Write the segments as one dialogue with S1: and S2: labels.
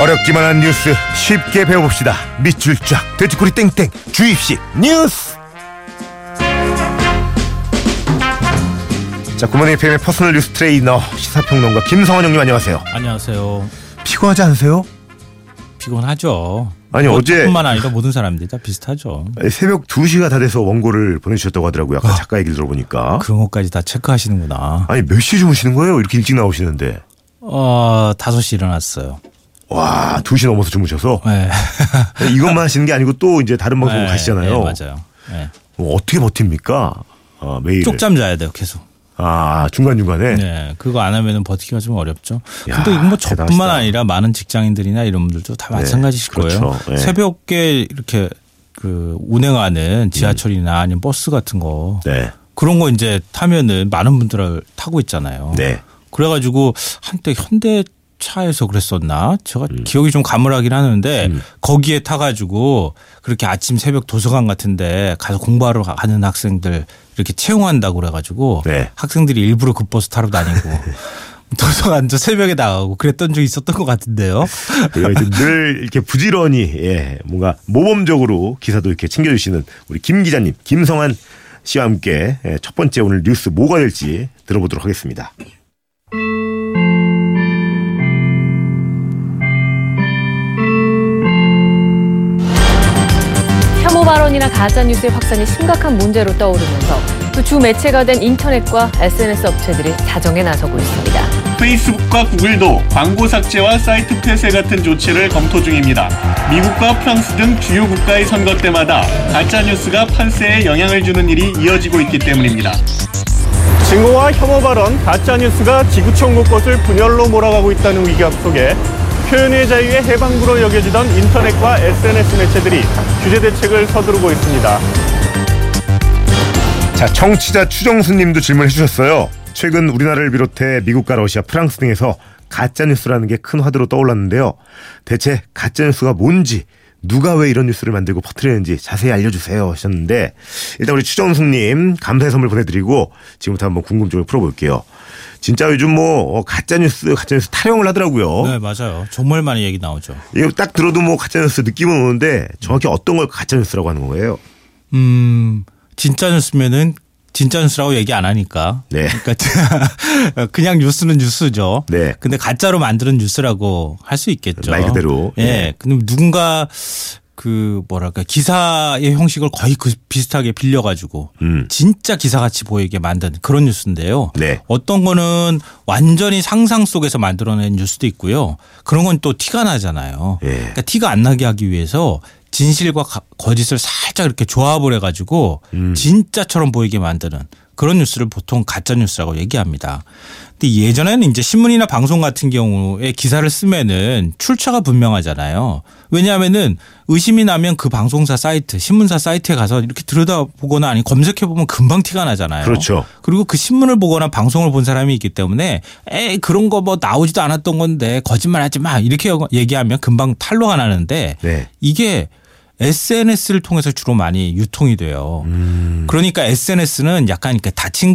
S1: 어렵기만 한 뉴스 쉽게 배워봅시다. 밑줄 쫙 돼지꼬리 땡땡 주입식 뉴스. 자 구몬 FM의 퍼스널 뉴스 트레이너 시사평론가 김성원 형님 안녕하세요.
S2: 안녕하세요.
S1: 피곤하지 않으세요?
S2: 피곤하죠.
S1: 아니,
S2: 뭐,
S1: 어제-
S2: 뿐만 아니라 모든 사람들이 다 비슷하죠.
S1: 아니, 새벽 2시가 다 돼서 원고를 보내주셨다고 하더라고요. 아까 작가 얘기를 들어보니까.
S2: 그런 것까지 다 체크하시는구나.
S1: 아니 몇 시에 주무시는 거예요? 이렇게 일찍 나오시는데.
S2: 어, 5시 일어났어요.
S1: 와 2시 넘어서 주무셔서
S2: 네.
S1: 이것만 하시는 게 아니고 또 이제 다른 방송
S2: 네,
S1: 어, 가시잖아요.
S2: 네, 맞아요. 네.
S1: 어, 어떻게 버팁니까? 아, 매일
S2: 쪽잠 자야 돼요, 계속.
S1: 아 중간 중간에
S2: 네. 그거 안 하면 버티기가 좀 어렵죠.
S1: 야,
S2: 근데 이거 뭐 저뿐만
S1: 대단하시다.
S2: 아니라 많은 직장인들이나 이런 분들도 다 마찬가지실
S1: 그렇죠.
S2: 거예요.
S1: 네.
S2: 새벽에 이렇게 그 운행하는 지하철이나 아니면 버스 같은 거
S1: 네.
S2: 그런 거 이제 타면은 많은 분들을 타고 있잖아요.
S1: 네.
S2: 그래가지고 한때 현대차에서 그랬었나? 제가
S1: 음.
S2: 기억이 좀 가물하긴 하는데 거기에 타가지고 그렇게 아침 새벽 도서관 같은데 가서 공부하러 가는 학생들 이렇게 채용한다고 그래가지고
S1: 네.
S2: 학생들이 일부러 그 버스 타러 다니고 도서관 저 새벽에 나가고 그랬던 적이 있었던 것 같은데요.
S1: 우리가 이제 늘 이렇게 부지런히 예, 뭔가 모범적으로 기사도 이렇게 챙겨주시는 우리 김 기자님 김성환 씨와 함께 예, 첫 번째 오늘 뉴스 뭐가 될지 들어보도록 하겠습니다.
S3: 혐오 발언이나 가짜 뉴스의 확산이 심각한 문제로 떠오르면서 그 주 매체가 된 인터넷과 SNS 업체들이 자정에 나서고 있습니다.
S4: 페이스북과 구글도 광고 삭제와 사이트 폐쇄 같은 조치를 검토 중입니다. 미국과 프랑스 등 주요 국가의 선거 때마다 가짜 뉴스가 판세에 영향을 주는 일이 이어지고 있기 때문입니다. 증오와 혐오 발언, 가짜 뉴스가 지구촌 곳곳을 분열로 몰아가고 있다는 위기압 속에 표현의 자유의 해방구로 여겨지던 인터넷과 SNS 매체들이 규제 대책을 서두르고 있습니다.
S1: 자 청취자 추정수님도 질문해 주셨어요. 최근 우리나라를 비롯해 미국과 러시아, 프랑스 등에서 가짜 뉴스라는 게 큰 화두로 떠올랐는데요. 대체 가짜 뉴스가 뭔지 누가 왜 이런 뉴스를 만들고 퍼뜨리는지 자세히 알려주세요 하셨는데 일단 우리 추정숙님 감사의 선물 보내드리고 지금부터 한번 궁금증을 풀어볼게요. 진짜 요즘 뭐 어, 가짜 뉴스, 가짜 뉴스 타령을 하더라고요.
S2: 네 맞아요. 정말 많이 얘기 나오죠.
S1: 이거 딱 들어도 뭐 가짜 뉴스 느낌은 오는데 정확히 어떤 걸 가짜 뉴스라고 하는 거예요?
S2: 음, 진짜 뉴스면은 진짜 뉴스라고 얘기 안 하니까.
S1: 네.
S2: 그러니까 그냥 뉴스는 뉴스죠.
S1: 네.
S2: 근데 가짜로 만드는 뉴스라고 할 수 있겠죠.
S1: 말 그대로.
S2: 예.
S1: 예.
S2: 근데 누군가 그 뭐랄까 기사의 형식을 거의 그 비슷하게 빌려가지고
S1: 음.
S2: 진짜 기사같이 보이게 만든 그런 뉴스인데요.
S1: 네.
S2: 어떤 거는 완전히 상상 속에서 만들어낸 뉴스도 있고요. 그런 건 또 티가 나잖아요.
S1: 예.
S2: 그러니까 티가 안 나게 하기 위해서 진실과 가- 거짓을 살짝 이렇게 조합을 해가지고
S1: 음.
S2: 진짜처럼 보이게 만드는 그런 뉴스를 보통 가짜 뉴스라고 얘기합니다. 근데 예전에는 이제 신문이나 방송 같은 경우에 기사를 쓰면은 출처가 분명하잖아요. 왜냐하면은 의심이 나면 그 방송사 사이트, 신문사 사이트에 가서 이렇게 들여다보거나 아니 검색해 보면 금방 티가 나잖아요.
S1: 그렇죠.
S2: 그리고 그 신문을 보거나 방송을 본 사람이 있기 때문에 에이 그런 거 뭐 나오지도 않았던 건데 거짓말하지 마 이렇게 얘기하면 금방 탈로가 나는데
S1: 네.
S2: 이게 SNS를 통해서 주로 많이 유통이 돼요. 그러니까 SNS는 약간 이렇게 닫힌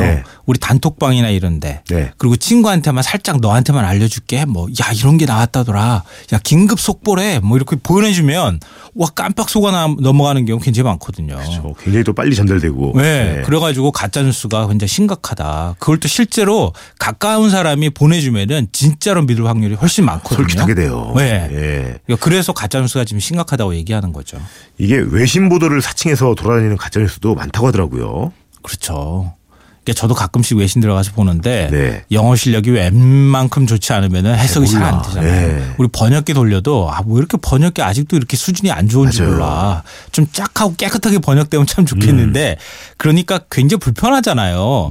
S1: 음. 네.
S2: 우리 단톡방이나 이런데
S1: 네.
S2: 그리고 친구한테만 살짝 너한테만 알려줄게. 뭐 야 이런 게 나왔다더라. 야 긴급 속보래. 뭐 이렇게 보내주면 와 깜빡 속아 나- 넘어가는 경우 굉장히 많거든요.
S1: 저 굉장히 또 빨리 전달되고.
S2: 네.
S1: 예.
S2: 그래가지고 가짜뉴스가 굉장히 심각하다. 그걸 또 실제로 가까운 사람이 보내주면은 진짜로 믿을 확률이 훨씬 많거든요.
S1: 솔깃하게 돼요.
S2: 네.
S1: 예.
S2: 그러니까 그래서 가짜뉴스가 지금 심각하다고 얘기하는 거죠.
S1: 이게 외신 보도를 사칭해서 돌아다니는 가짜뉴스도 많다고 하더라고요.
S2: 그렇죠. 그러니까 저도 가끔씩 외신 들어가서 보는데
S1: 네.
S2: 영어 실력이 웬만큼 좋지 않으면은 해석이 잘 안
S1: 몰라.
S2: 되잖아요.
S1: 네.
S2: 우리 번역기 돌려도 아 뭐 이렇게 번역기 아직도 이렇게 수준이 안 좋은지
S1: 맞아요.
S2: 몰라. 좀 짝하고 깨끗하게 번역되면 참 좋겠는데 그러니까 굉장히 불편하잖아요.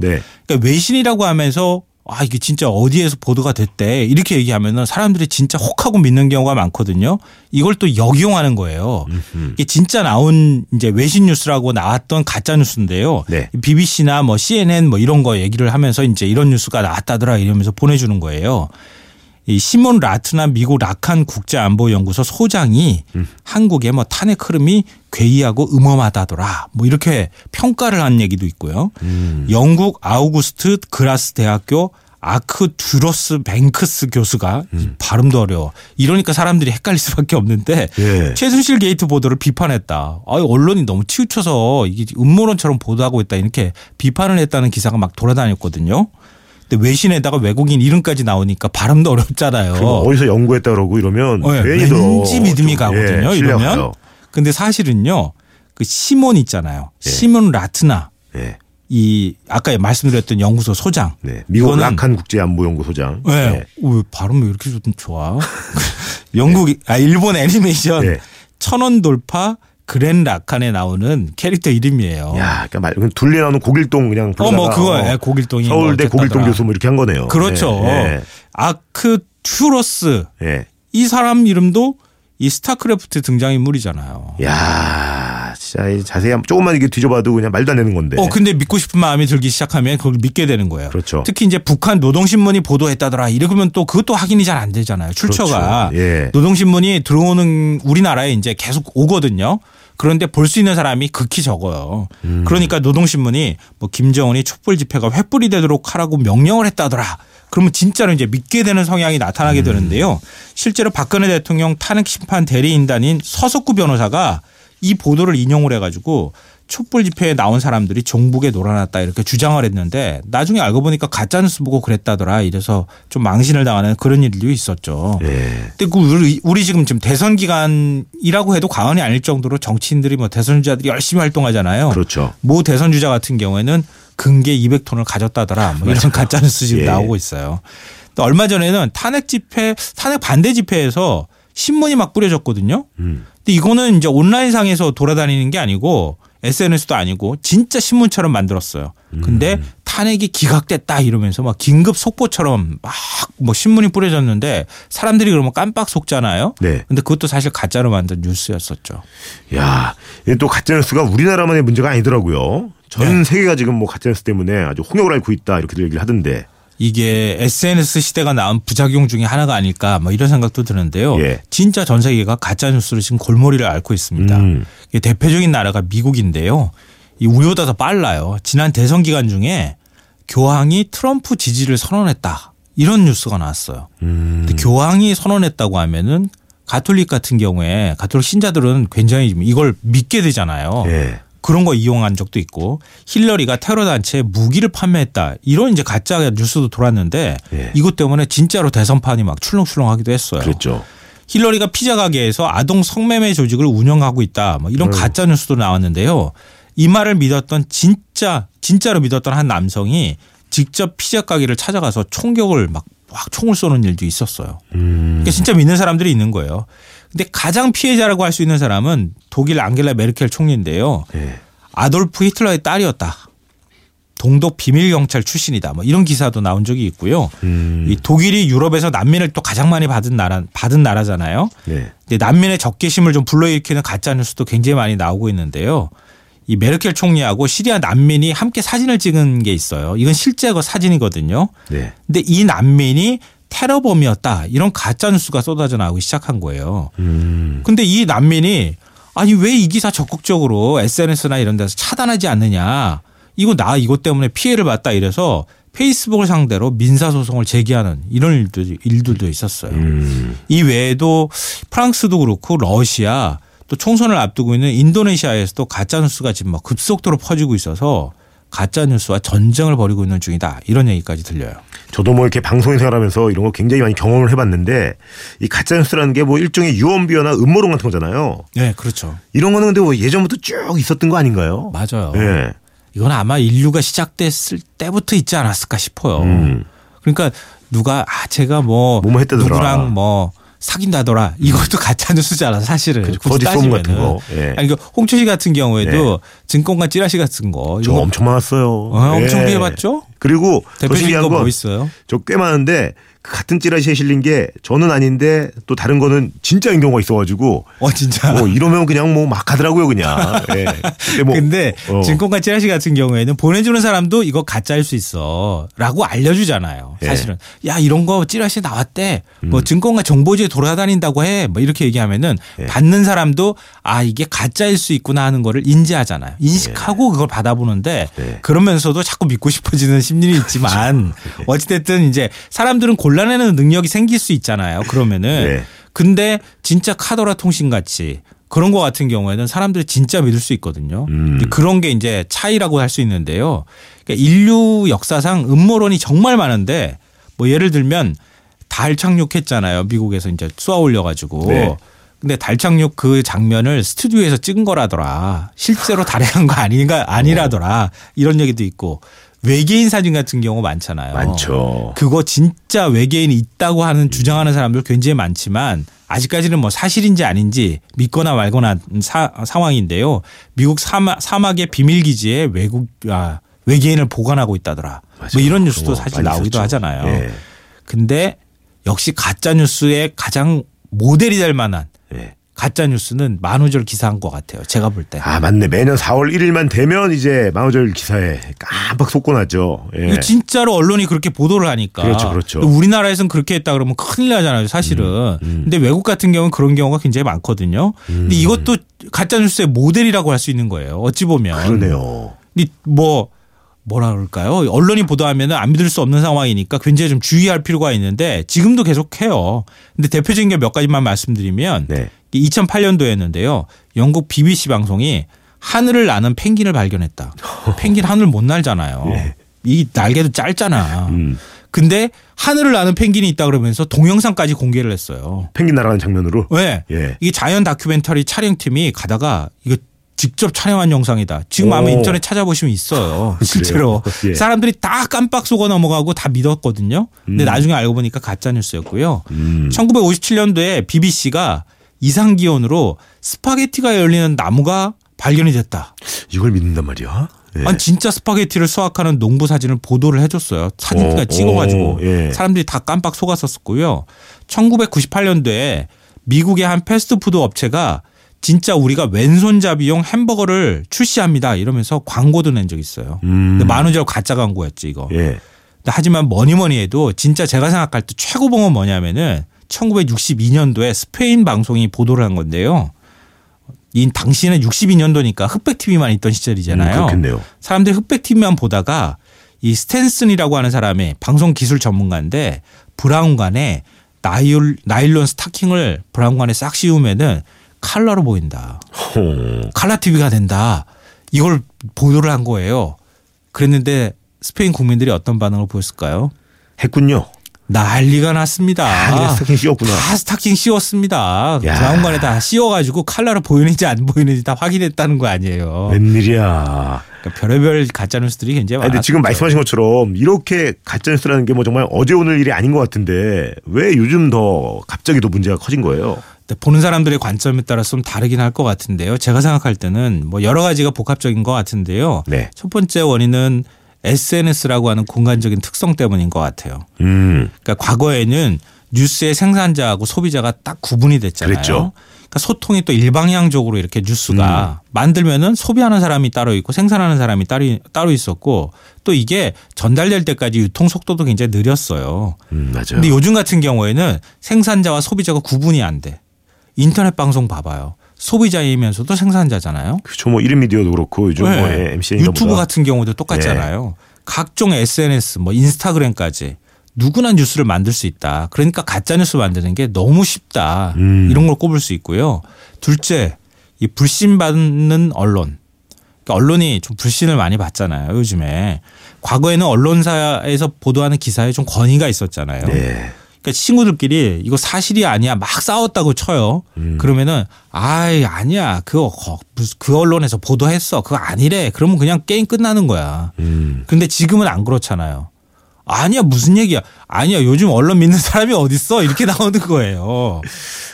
S1: 음. 네.
S2: 그러니까 외신이라고 하면서 아 이게 진짜 어디에서 보도가 됐대 이렇게 얘기하면은 사람들이 진짜 혹하고 믿는 경우가 많거든요. 이걸 또 역이용하는 거예요. 이게 진짜 나온 이제 외신 뉴스라고 나왔던 가짜 뉴스인데요.
S1: 네.
S2: BBC나 뭐 CNN 뭐 이런 거 얘기를 하면서 이제 이런 뉴스가 나왔다더라 이러면서 보내주는 거예요. 이 시몬 라트나 미국 라칸 국제안보연구소 소장이 한국의 뭐 탄핵 흐름이 괴이하고 음험하다더라 뭐 이렇게 평가를 한 얘기도 있고요. 영국 아우구스트 그라스 대학교 아크두러스 뱅크스 교수가 이 발음도 어려워. 이러니까 사람들이 헷갈릴 수밖에 없는데
S1: 예.
S2: 최순실 게이트 보도를 비판했다. 아, 언론이 너무 치우쳐서 이게 음모론처럼 보도하고 있다 이렇게 비판을 했다는 기사가 막 돌아다녔거든요. 근데 외신에다가 외국인 이름까지 나오니까 발음도 어렵잖아요.
S1: 그럼 뭐 어디서 연구했다 그러고 이러면
S2: 네,
S1: 괜히 더
S2: 왠지
S1: 좀,
S2: 믿음이 가거든요.
S1: 예,
S2: 이러면.
S1: 실려가요.
S2: 근데 사실은요. 그 시몬 있잖아요.
S1: 예.
S2: 시몬 라트나
S1: 예.
S2: 이 아까 말씀드렸던 연구소 소장.
S1: 네. 미국
S2: 이거는-
S1: 락한 국제안보연구소장.
S2: 네.
S1: 예.
S2: 오, 발음 왜 이렇게 좀 좋아?
S1: 네.
S2: 영국 아 일본 애니메이션
S1: 예.
S2: 천원 돌파 그랜 라칸에 나오는 캐릭터 이름이에요.
S1: 야, 그러니까 말, 그냥 둘리 나오는 고길동 그냥.
S2: 어, 뭐
S1: 부르다가,
S2: 그거 예, 고길동이 뭐
S1: 서울대
S2: 어쨌다더라.
S1: 고길동 교수 뭐 이렇게 한 거네요.
S2: 그렇죠.
S1: 예,
S2: 아크투러스
S1: 예, 예.
S2: 이 사람 이름도 이 스타크래프트 등장인물이잖아요.
S1: 예. 야, 진짜 이 자세히 한- 조금만 이게 뒤져봐도 그냥 말도 안 되는 건데.
S2: 어 근데 믿고 싶은 마음이 들기 시작하면 그걸 믿게 되는 거예요.
S1: 네. 그렇죠.
S2: 특히 이제 북한 노동신문이 보도했다더라. 이러면 또 그것도 확인이 잘 안 되잖아요. 출처가
S1: 그렇죠. 예.
S2: 노동신문이 들어오는 우리나라에 이제 계속 오거든요. 그런데 볼 수 있는 사람이 극히 적어요. 그러니까 노동신문이 뭐 김정은이 촛불 집회가 횃불이 되도록 하라고 명령을 했다더라. 그러면 진짜로 이제 믿게 되는 성향이 나타나게 되는데요. 실제로 박근혜 대통령 탄핵 심판 대리인단인 서석구 변호사가 이 보도를 인용을 해가지고 촛불 집회에 나온 사람들이 종북에 놀아났다 이렇게 주장을 했는데 나중에 알고 보니까 가짜뉴스 보고 그랬다더라 이래서 좀 망신을 당하는 그런 일도 있었죠.
S1: 예.
S2: 근데 그 우리, 우리 지금 지금 대선 기간이라고 해도 과언이 아닐 정도로 정치인들이 뭐 대선 주자들이 열심히 활동하잖아요.
S1: 그렇죠.
S2: 모 대선 주자 같은 경우에는 근계 200톤을 가졌다더라. 뭐 이런 가짜뉴스 지금
S1: 예.
S2: 나오고 있어요. 또 얼마 전에는 탄핵 집회, 탄핵 반대 집회에서 신문이 막 뿌려졌거든요.
S1: 음.
S2: 근데 이거는 이제 온라인상에서 돌아다니는 게 아니고 SNS도 아니고 진짜 신문처럼 만들었어요. 근데 탄핵이 기각됐다 이러면서 막 긴급 속보처럼 막 뭐 신문이 뿌려졌는데 사람들이 그러면 깜빡 속잖아요.
S1: 네.
S2: 근데 그것도 사실 가짜로 만든 뉴스였었죠.
S1: 야, 이게 또 가짜뉴스가 우리나라만의 문제가 아니더라고요. 전
S2: 네.
S1: 세계가 지금 뭐 가짜뉴스 때문에 아주 홍역을 앓고 있다 이렇게들 얘기를 하던데.
S2: 이게 SNS 시대가 낳은 부작용 중에 하나가 아닐까 뭐 이런 생각도 드는데요.
S1: 예.
S2: 진짜 전 세계가 가짜 뉴스로 지금 골머리를 앓고 있습니다.
S1: 음.
S2: 이게 대표적인 나라가 미국인데요. 이 우리보다 더 빨라요. 지난 대선 기간 중에 교황이 트럼프 지지를 선언했다. 이런 뉴스가 나왔어요.
S1: 음.
S2: 근데 교황이 선언했다고 하면은 가톨릭 같은 경우에 가톨릭 신자들은 굉장히 지금 이걸 믿게 되잖아요.
S1: 예.
S2: 그런 거 이용한 적도 있고 힐러리가 테러 단체에 무기를 판매했다 이런 이제 가짜 뉴스도 돌았는데
S1: 예. 그렇죠.
S2: 이것 때문에 진짜로 대선판이 막 출렁출렁하기도 했어요.
S1: 그랬죠.
S2: 힐러리가 피자 가게에서 아동 성매매 조직을 운영하고 있다 뭐 이런 가짜 뉴스도 나왔는데요. 이 말을 믿었던 진짜 진짜로 믿었던 한 남성이 직접 피자 가게를 찾아가서 총격을 막, 막 총을 쏘는 일도 있었어요. 그러니까 진짜 믿는 사람들이 있는 거예요. 근데 가장 피해자라고 할 수 있는 사람은 독일 앙겔라 메르켈 총리인데요.
S1: 예.
S2: 아돌프 히틀러의 딸이었다. 동독 비밀 경찰 출신이다. 뭐 이런 기사도 나온 적이 있고요. 이 독일이 유럽에서 난민을 또 가장 많이 받은 나라 받은 나라잖아요.
S1: 네.
S2: 근데 난민의 적개심을 좀 불러일으키는 가짜 뉴스도 굉장히 많이 나오고 있는데요. 이 메르켈 총리하고 시리아 난민이 함께 사진을 찍은 게 있어요. 이건 실제 그 사진이거든요.
S1: 네.
S2: 근데 이 난민이 테러범이었다 이런 가짜 뉴스가 쏟아져 나오기 시작한 거예요.
S1: 음.
S2: 근데 이 난민이 아니 왜 이 기사 적극적으로 SNS나 이런 데서 차단하지 않느냐. 이거 나 이것 때문에 피해를 봤다 이래서 페이스북을 상대로 민사 소송을 제기하는 이런 일들 일들도 있었어요.
S1: 음.
S2: 이 외에도 프랑스도 그렇고 러시아 또 총선을 앞두고 있는 인도네시아에서도 가짜 뉴스가 지금 막 급속도로 퍼지고 있어서 가짜 뉴스와 전쟁을 벌이고 있는 중이다. 이런 얘기까지 들려요.
S1: 저도 뭐 이렇게 방송인 생활하면서 이런 거 굉장히 많이 경험을 해봤는데 이 가짜뉴스라는 게 뭐 일종의 유언비어나 음모론 같은 거잖아요.
S2: 네, 그렇죠.
S1: 이런 거는 근데 뭐 예전부터 쭉 있었던 거 아닌가요?
S2: 맞아요.
S1: 예.
S2: 이건 아마 인류가 시작됐을 때부터 있지 않았을까 싶어요.
S1: 음.
S2: 그러니까 누가 아 제가 뭐
S1: 뭐뭐 했다더라.
S2: 누구랑 뭐 사귄다더라 이것도 가짜 뉴스잖아 사실은
S1: 그죠.
S2: 굳이
S1: 거짓 소문 그렇죠. 같은
S2: 따지면은.
S1: 거. 예.
S2: 아니 그 홍철 씨 같은 경우에도 증권가 찌라시 같은 거
S1: 저
S2: 이거
S1: 엄청 많았어요. 예.
S2: 어, 엄청 피해봤죠?
S1: 그리고 더
S2: 대표적인
S1: 신기한
S2: 거 뭐
S1: 건
S2: 있어요?
S1: 저 꽤 많은데 그 같은 찌라시에 실린 게 저는 아닌데 또 다른 거는 진짜인 경우가 있어가지고
S2: 어 진짜.
S1: 뭐 이러면 그냥 뭐 막 하더라고요 그냥. 예. 그때 뭐-
S2: 근데
S1: 어.
S2: 증권가 찌라시 같은 경우에는 보내주는 사람도 이거 가짜일 수 있어라고 알려주잖아요.
S1: 예. 음.
S2: 사실은 야 이런 거 찌라시 나왔대. 뭐 증권가 정보지에 돌아다닌다고 해. 뭐 이렇게 얘기하면은
S1: 예.
S2: 받는 사람도 아 이게 가짜일 수 있구나 하는 거를 인지하잖아요. 인식하고 그걸 받아보는데
S1: 예. 네.
S2: 그러면서도 자꾸 믿고 싶어지는 심리는 있지만
S1: 그렇죠. 예.
S2: 어찌됐든 이제 사람들은 골라내는 능력이 생길 수 있잖아요. 그러면은
S1: 네.
S2: 근데 진짜 카더라 통신 같이 그런 거 같은 경우에는 사람들이 진짜 믿을 수 있거든요.
S1: 음.
S2: 근데 그런 게 이제 차이라고 할 수 있는데요. 그러니까 인류 역사상 음모론이 정말 많은데 뭐 예를 들면 달 착륙했잖아요. 미국에서 이제 쏘아 올려 가지고.
S1: 네.
S2: 근데 달 착륙 그 장면을 스튜디오에서 찍은 거라더라. 실제로 달에 간 거 아닌가 아니라더라. 이런 얘기도 있고 외계인 사진 같은 경우 많잖아요.
S1: 많죠.
S2: 그거 진짜 외계인이 있다고 하는 주장하는 사람들 굉장히 많지만 아직까지는 뭐 사실인지 아닌지 믿거나 말거나 한 사, 상황인데요. 미국 사막, 사막의 비밀 기지에 외국 아, 외계인을 보관하고 있다더라.
S1: 맞아요.
S2: 뭐 이런 뉴스도
S1: 그거
S2: 사실
S1: 많이
S2: 나오기도
S1: 있었죠.
S2: 하잖아요.
S1: 예.
S2: 근데 역시 가짜 뉴스의 가장 모델이 될 만한
S1: 예.
S2: 가짜 뉴스는 만우절 기사인 것 같아요. 제가 볼 때.
S1: 아 맞네 매년 4월 1일만 되면 이제 만우절 기사에 깜빡 속고나죠. 예.
S2: 이거 진짜로 언론이 그렇게 보도를 하니까.
S1: 그렇죠, 그렇죠. 음,
S2: 우리나라에서는 그렇게 했다 그러면 큰일 나잖아요, 사실은. 근데 외국 같은 경우는 그런 경우가 굉장히 많거든요. 근데 이것도 가짜뉴스의 모델이라고 할 수 있는 거예요. 어찌 보면.
S1: 음. 그러네요.
S2: 근데 뭐 뭐라 그럴까요? 언론이 보도하면 안 믿을 수 없는 상황이니까 굉장히 좀 주의할 필요가 있는데 지금도 계속 해요. 근데 대표적인 게 몇 가지만 말씀드리면
S1: 네.
S2: 2008년도였는데요. 영국 BBC 방송이 하늘을 나는 펭귄을 발견했다. 펭귄 하늘 못 날잖아요.
S1: 예.
S2: 이 날개도 짧잖아.
S1: 음.
S2: 근데 하늘을 나는 펭귄이 있다 그러면서 동영상까지 공개를 했어요.
S1: 펭귄 날아가는 장면으로.
S2: 왜?
S1: 예.
S2: 이게 자연 다큐멘터리 촬영팀이 가다가 이거 직접 촬영한 영상이다. 지금 아마
S1: 오.
S2: 인터넷 찾아보시면 있어요. 실제로
S1: 예.
S2: 사람들이 다 깜빡 속아 넘어가고 다 믿었거든요. 근데 나중에 알고 보니까 가짜 뉴스였고요.
S1: 음.
S2: 1957년도에 BBC가 이상 기온으로 스파게티가 열리는 나무가 발견이 됐다.
S1: 이걸 믿는단 말이야. 예.
S2: 아니 진짜 스파게티를 수확하는 농부 사진을 보도를 해줬어요. 사진까지
S1: 어,
S2: 찍어가지고
S1: 어, 예.
S2: 사람들이 다 깜빡 속았었고요. 1998년도에 미국의 한 패스트푸드 업체가 진짜 우리가 왼손잡이용 햄버거를 출시합니다 이러면서 광고도 낸 적 있어요.
S1: 음.
S2: 근데 만우절 가짜 광고였지 이거.
S1: 예.
S2: 근데 하지만 뭐니 뭐니 해도 진짜 제가 생각할 때 최고봉은 뭐냐면은 1962년도에 스페인 방송이 보도를 한 건데요. 이 당시에는 62년도니까 흑백 TV만 있던
S1: 음,
S2: 시절이잖아요.
S1: 그렇겠네요.
S2: 사람들이 흑백 TV만 보다가 이 스탠슨이라고 하는 사람이 방송 기술 전문가인데 브라운관에 나일, 나일론 스타킹을 브라운관에 싹 씌우면은 칼라로 보인다.
S1: 허.
S2: 칼라 TV가 된다. 이걸 보도를 한 거예요. 그랬는데 스페인 국민들이 어떤 반응을 보였을까요?
S1: 했군요.
S2: 난리가 났습니다.
S1: 아, 그냥 스타킹 씌웠구나.
S2: 다 스타킹 씌웠습니다.
S1: 야.
S2: 브라운관에 다 씌워가지고 칼라로 보이는지 안 보이는지 다 확인했다는 거 아니에요.
S1: 웬일이야.
S2: 그러니까 별의별 가짜뉴스들이 굉장히
S1: 네. 아니,
S2: 많았죠.
S1: 근데 지금 말씀하신 것처럼 이렇게 가짜뉴스라는 게 뭐 정말 어제 오늘 일이 아닌 것 같은데 왜 요즘 더 갑자기 더 문제가 커진 거예요?
S2: 근데 보는 사람들의 관점에 따라서 좀 다르긴 할 것 같은데요. 제가 생각할 때는 뭐 여러 가지가 복합적인 것 같은데요.
S1: 네.
S2: 첫 번째 원인은 SNS라고 하는 공간적인 특성 때문인 것 같아요.
S1: 음.
S2: 그러니까 과거에는 뉴스의 생산자하고 소비자가 딱 구분이 됐잖아요.
S1: 그랬죠.
S2: 러니까 소통이 또 일방향적으로 이렇게 뉴스가
S1: 음.
S2: 만들면은 소비하는 사람이 따로 있고 생산하는 사람이 따로, 따로 있었고 또 이게 전달될 때까지 유통 속도도 굉장히 느렸어요.
S1: 음, 맞아요.
S2: 근데 요즘 같은 경우에는 생산자와 소비자가 구분이 안 돼. 인터넷 방송 봐봐요. 소비자이면서도 생산자잖아요.
S1: 그쵸, 뭐, 1인 미디어도 그렇고, 요즘 뭐,
S2: 네.
S1: MCN인가
S2: 유튜브
S1: 보다. 예.
S2: 같은 경우도 똑같잖아요. 각종 SNS, 뭐 인스타그램까지 누구나 뉴스를 만들 수 있다. 그러니까 가짜 뉴스 만드는 게 너무 쉽다.
S1: 음.
S2: 이런 걸 꼽을 수 있고요. 둘째, 이 불신받는 언론. 그러니까 언론이 좀 불신을 많이 받잖아요. 요즘에 과거에는 언론사에서 보도하는 기사에 좀 권위가 있었잖아요.
S1: 네.
S2: 그러니까 친구들끼리 이거 사실이 아니야 막 싸웠다고 쳐요.
S1: 음.
S2: 그러면은 아이 아니야 그거 거- 무슨 그 언론에서 보도했어 그거 아니래. 그러면 그냥 게임 끝나는 거야.
S1: 음.
S2: 근데 지금은 안 그렇잖아요. 아니야 무슨 얘기야? 아니야 요즘 언론 믿는 사람이 어딨어 이렇게 나오는 거예요.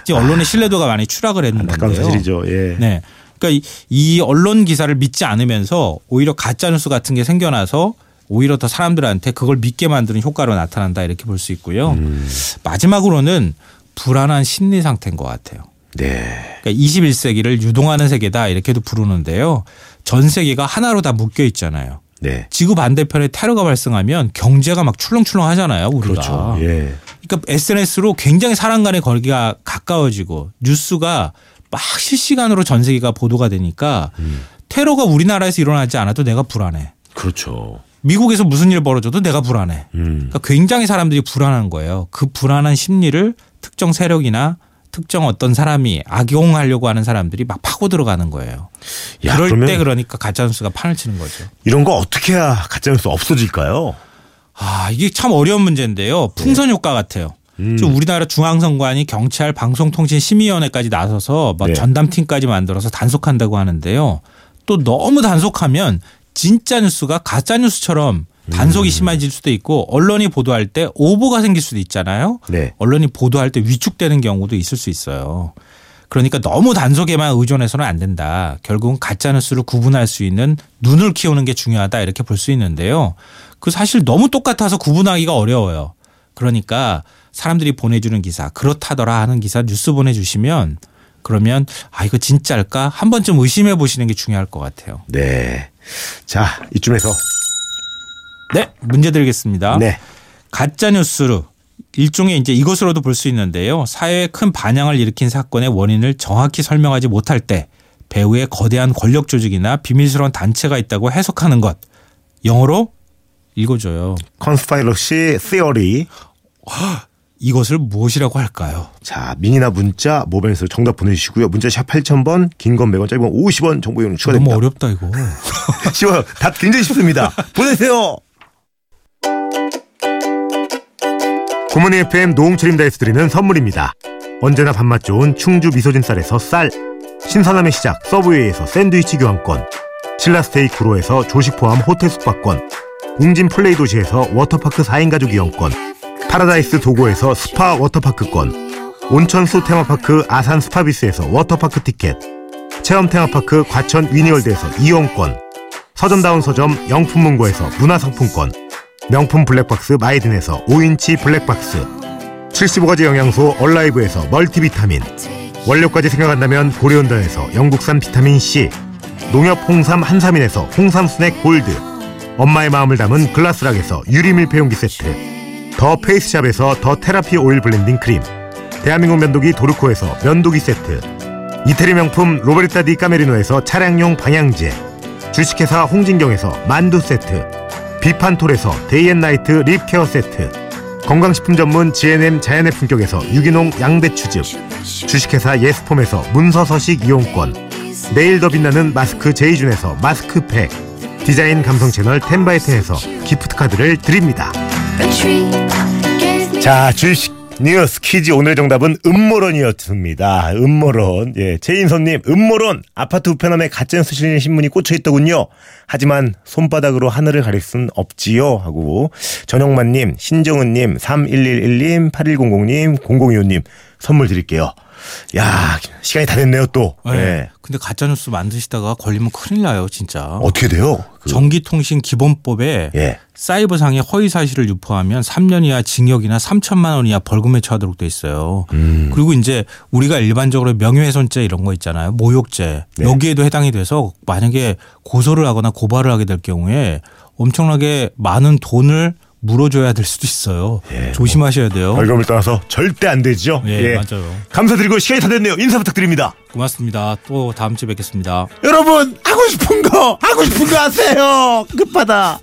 S2: 지금 언론의 신뢰도가 많이 추락을 했는데요.
S1: 안타까운 사실이죠. 예.
S2: 네. 그러니까 이- 이 언론 기사를 믿지 않으면서 오히려 가짜 뉴스 같은 게 생겨나서 오히려 더 사람들한테 그걸 믿게 만드는 효과로 나타난다 이렇게 볼 수 있고요.
S1: 음.
S2: 마지막으로는 불안한 심리 상태인 것 같아요.
S1: 네.
S2: 그러니까 21세기를 유동하는 세계다 이렇게도 부르는데요. 전 세계가 하나로 다 묶여 있잖아요.
S1: 네.
S2: 지구 반대편에 테러가 발생하면 경제가 막 출렁출렁 하잖아요. 우리가.
S1: 그렇죠. 예.
S2: 그러니까 SNS로 굉장히 사람 간의 거리가 가까워지고 뉴스가 막 실시간으로 전 세계가 보도가 되니까
S1: 음.
S2: 테러가 우리나라에서 일어나지 않아도 내가 불안해.
S1: 그렇죠.
S2: 미국에서 무슨 일 벌어져도 내가 불안해.
S1: 음.
S2: 그러니까 굉장히 사람들이 불안한 거예요. 그 불안한 심리를 특정 세력이나 특정 어떤 사람이 악용하려고 하는 사람들이 막 파고 들어가는 거예요.
S1: 야,
S2: 그럴
S1: 그러면
S2: 때 그러니까 가짜뉴스가 판을 치는 거죠.
S1: 이런 거 어떻게 해야 가짜뉴스 없어질까요?
S2: 아, 이게 참 어려운 문제인데요. 풍선 효과 같아요. 지금 우리나라 중앙선관위 경찰 방송통신심의위원회까지 나서서 막
S1: 네.
S2: 전담팀까지 만들어서 단속한다고 하는데요. 또 너무 단속하면 진짜 뉴스가 가짜 뉴스처럼 단속이 심해질 수도 있고 언론이 보도할 때 오보가 생길 수도 있잖아요.
S1: 네.
S2: 언론이 보도할 때 위축되는 경우도 있을 수 있어요. 그러니까 너무 단속에만 의존해서는 안 된다. 결국은 가짜 뉴스를 구분할 수 있는 눈을 키우는 게 중요하다 이렇게 볼 수 있는데요. 그 사실 너무 똑같아서 구분하기가 어려워요. 그러니까 사람들이 보내주는 기사 그렇다더라 하는 기사 뉴스 보내주시면 그러면 아 이거 진짜일까 한 번쯤 의심해 보시는 게 중요할 것 같아요.
S1: 네. 자, 이쯤에서
S2: 네 문제 드리겠습니다.
S1: 네.
S2: 가짜 뉴스로 일종의 이제 이것으로도 볼 수 있는데요. 사회에 큰 반향을 일으킨 사건의 원인을 정확히 설명하지 못할 때 배후에 거대한 권력 조직이나 비밀스러운 단체가 있다고 해석하는 것. 영어로 읽어줘요.
S1: 컨스파이러시 시어리.
S2: 이것을 무엇이라고 할까요?
S1: 자, 미니나 문자 모바일에서 정답 보내 주시고요. 문자 샵 8000번, 긴 건 100원, 짧은 건 50원 정보 이용
S2: 너무
S1: 추가됩니다.
S2: 어렵다 이거.
S1: 쉬워요. 답 굉장히 쉽습니다. 보내세요. 고모니 FM 노홍철입니다에서 드리는 선물입니다. 언제나 밥맛 좋은 충주 미소진 쌀에서 쌀, 신선함의 시작 서브웨이에서 샌드위치 교환권, 신라스테이 구로에서 조식 포함 호텔 숙박권, 웅진 플레이 도시에서 워터파크 4인 가족 이용권, 파라다이스 도고에서 스파 워터파크권, 온천수 테마파크 아산 스파비스에서 워터파크 티켓, 체험 테마파크 과천 위니월드에서 이용권, 서점다운 서점 영품문고에서 문화상품권, 명품 블랙박스 마이든에서 5인치 블랙박스, 75가지 영양소 얼라이브에서 멀티비타민, 원료까지 생각한다면 고려온단에서 영국산 비타민C, 농협 홍삼 한삼인에서 홍삼 스낵 골드, 엄마의 마음을 담은 글라스락에서 유리 밀폐용기 세트, 더 페이스샵에서 더 테라피 오일 블렌딩 크림, 대한민국 면도기 도르코에서 면도기 세트, 이태리 명품 로베르타 디 까메리노에서 차량용 방향제 주식회사 홍진경에서 만두 세트 비판톨에서 데이앤나이트 립케어 세트 건강식품 전문 GNM 자연의 품격에서 유기농 양배추즙 주식회사 예스폼에서 문서서식 이용권 내일 더 빛나는 마스크 제이준에서 마스크팩 디자인 감성 채널 텐바이트에서 기프트카드를 드립니다 자, 주식 뉴스 퀴즈 오늘의 정답은 음모론이었습니다. 음모론. 예, 최인선님, 음모론. 아파트 우편함에 가짜뉴스 실린 신문이 꽂혀 있더군요. 하지만 손바닥으로 하늘을 가릴 순 없지요. 하고 전영만님, 신정은님, 3111님, 8100님, 0025님 선물 드릴게요. 야, 시간이 다 됐네요 또.
S2: 네.
S1: 예.
S2: 근데 가짜 뉴스 만드시다가 걸리면 큰일 나요 진짜.
S1: 어떻게 돼요? 그-
S2: 정기통신 기본법에
S1: 예.
S2: 사이버상의 허위 사실을 유포하면 3년 이하 징역이나 3천만 원 이하 벌금에 처하도록 돼 있어요.
S1: 음.
S2: 그리고 이제 우리가 일반적으로 명예훼손죄 이런 거 있잖아요. 모욕죄
S1: 네.
S2: 여기에도 해당이 돼서 만약에 고소를 하거나 고발을 하게 될 경우에 엄청나게 많은 돈을 물어줘야 될 수도 있어요. 조심하셔야 돼요.
S1: 예, 뭐. 벌금을 떠나서 절대 안 되죠.
S2: 어? 예, 맞아요.
S1: 감사드리고 시간이 다 됐네요. 인사 부탁드립니다.
S2: 고맙습니다. 또 다음 주에 뵙겠습니다.
S1: 여러분 하고 싶은 거 하고 싶은 거 하세요. 끝바다.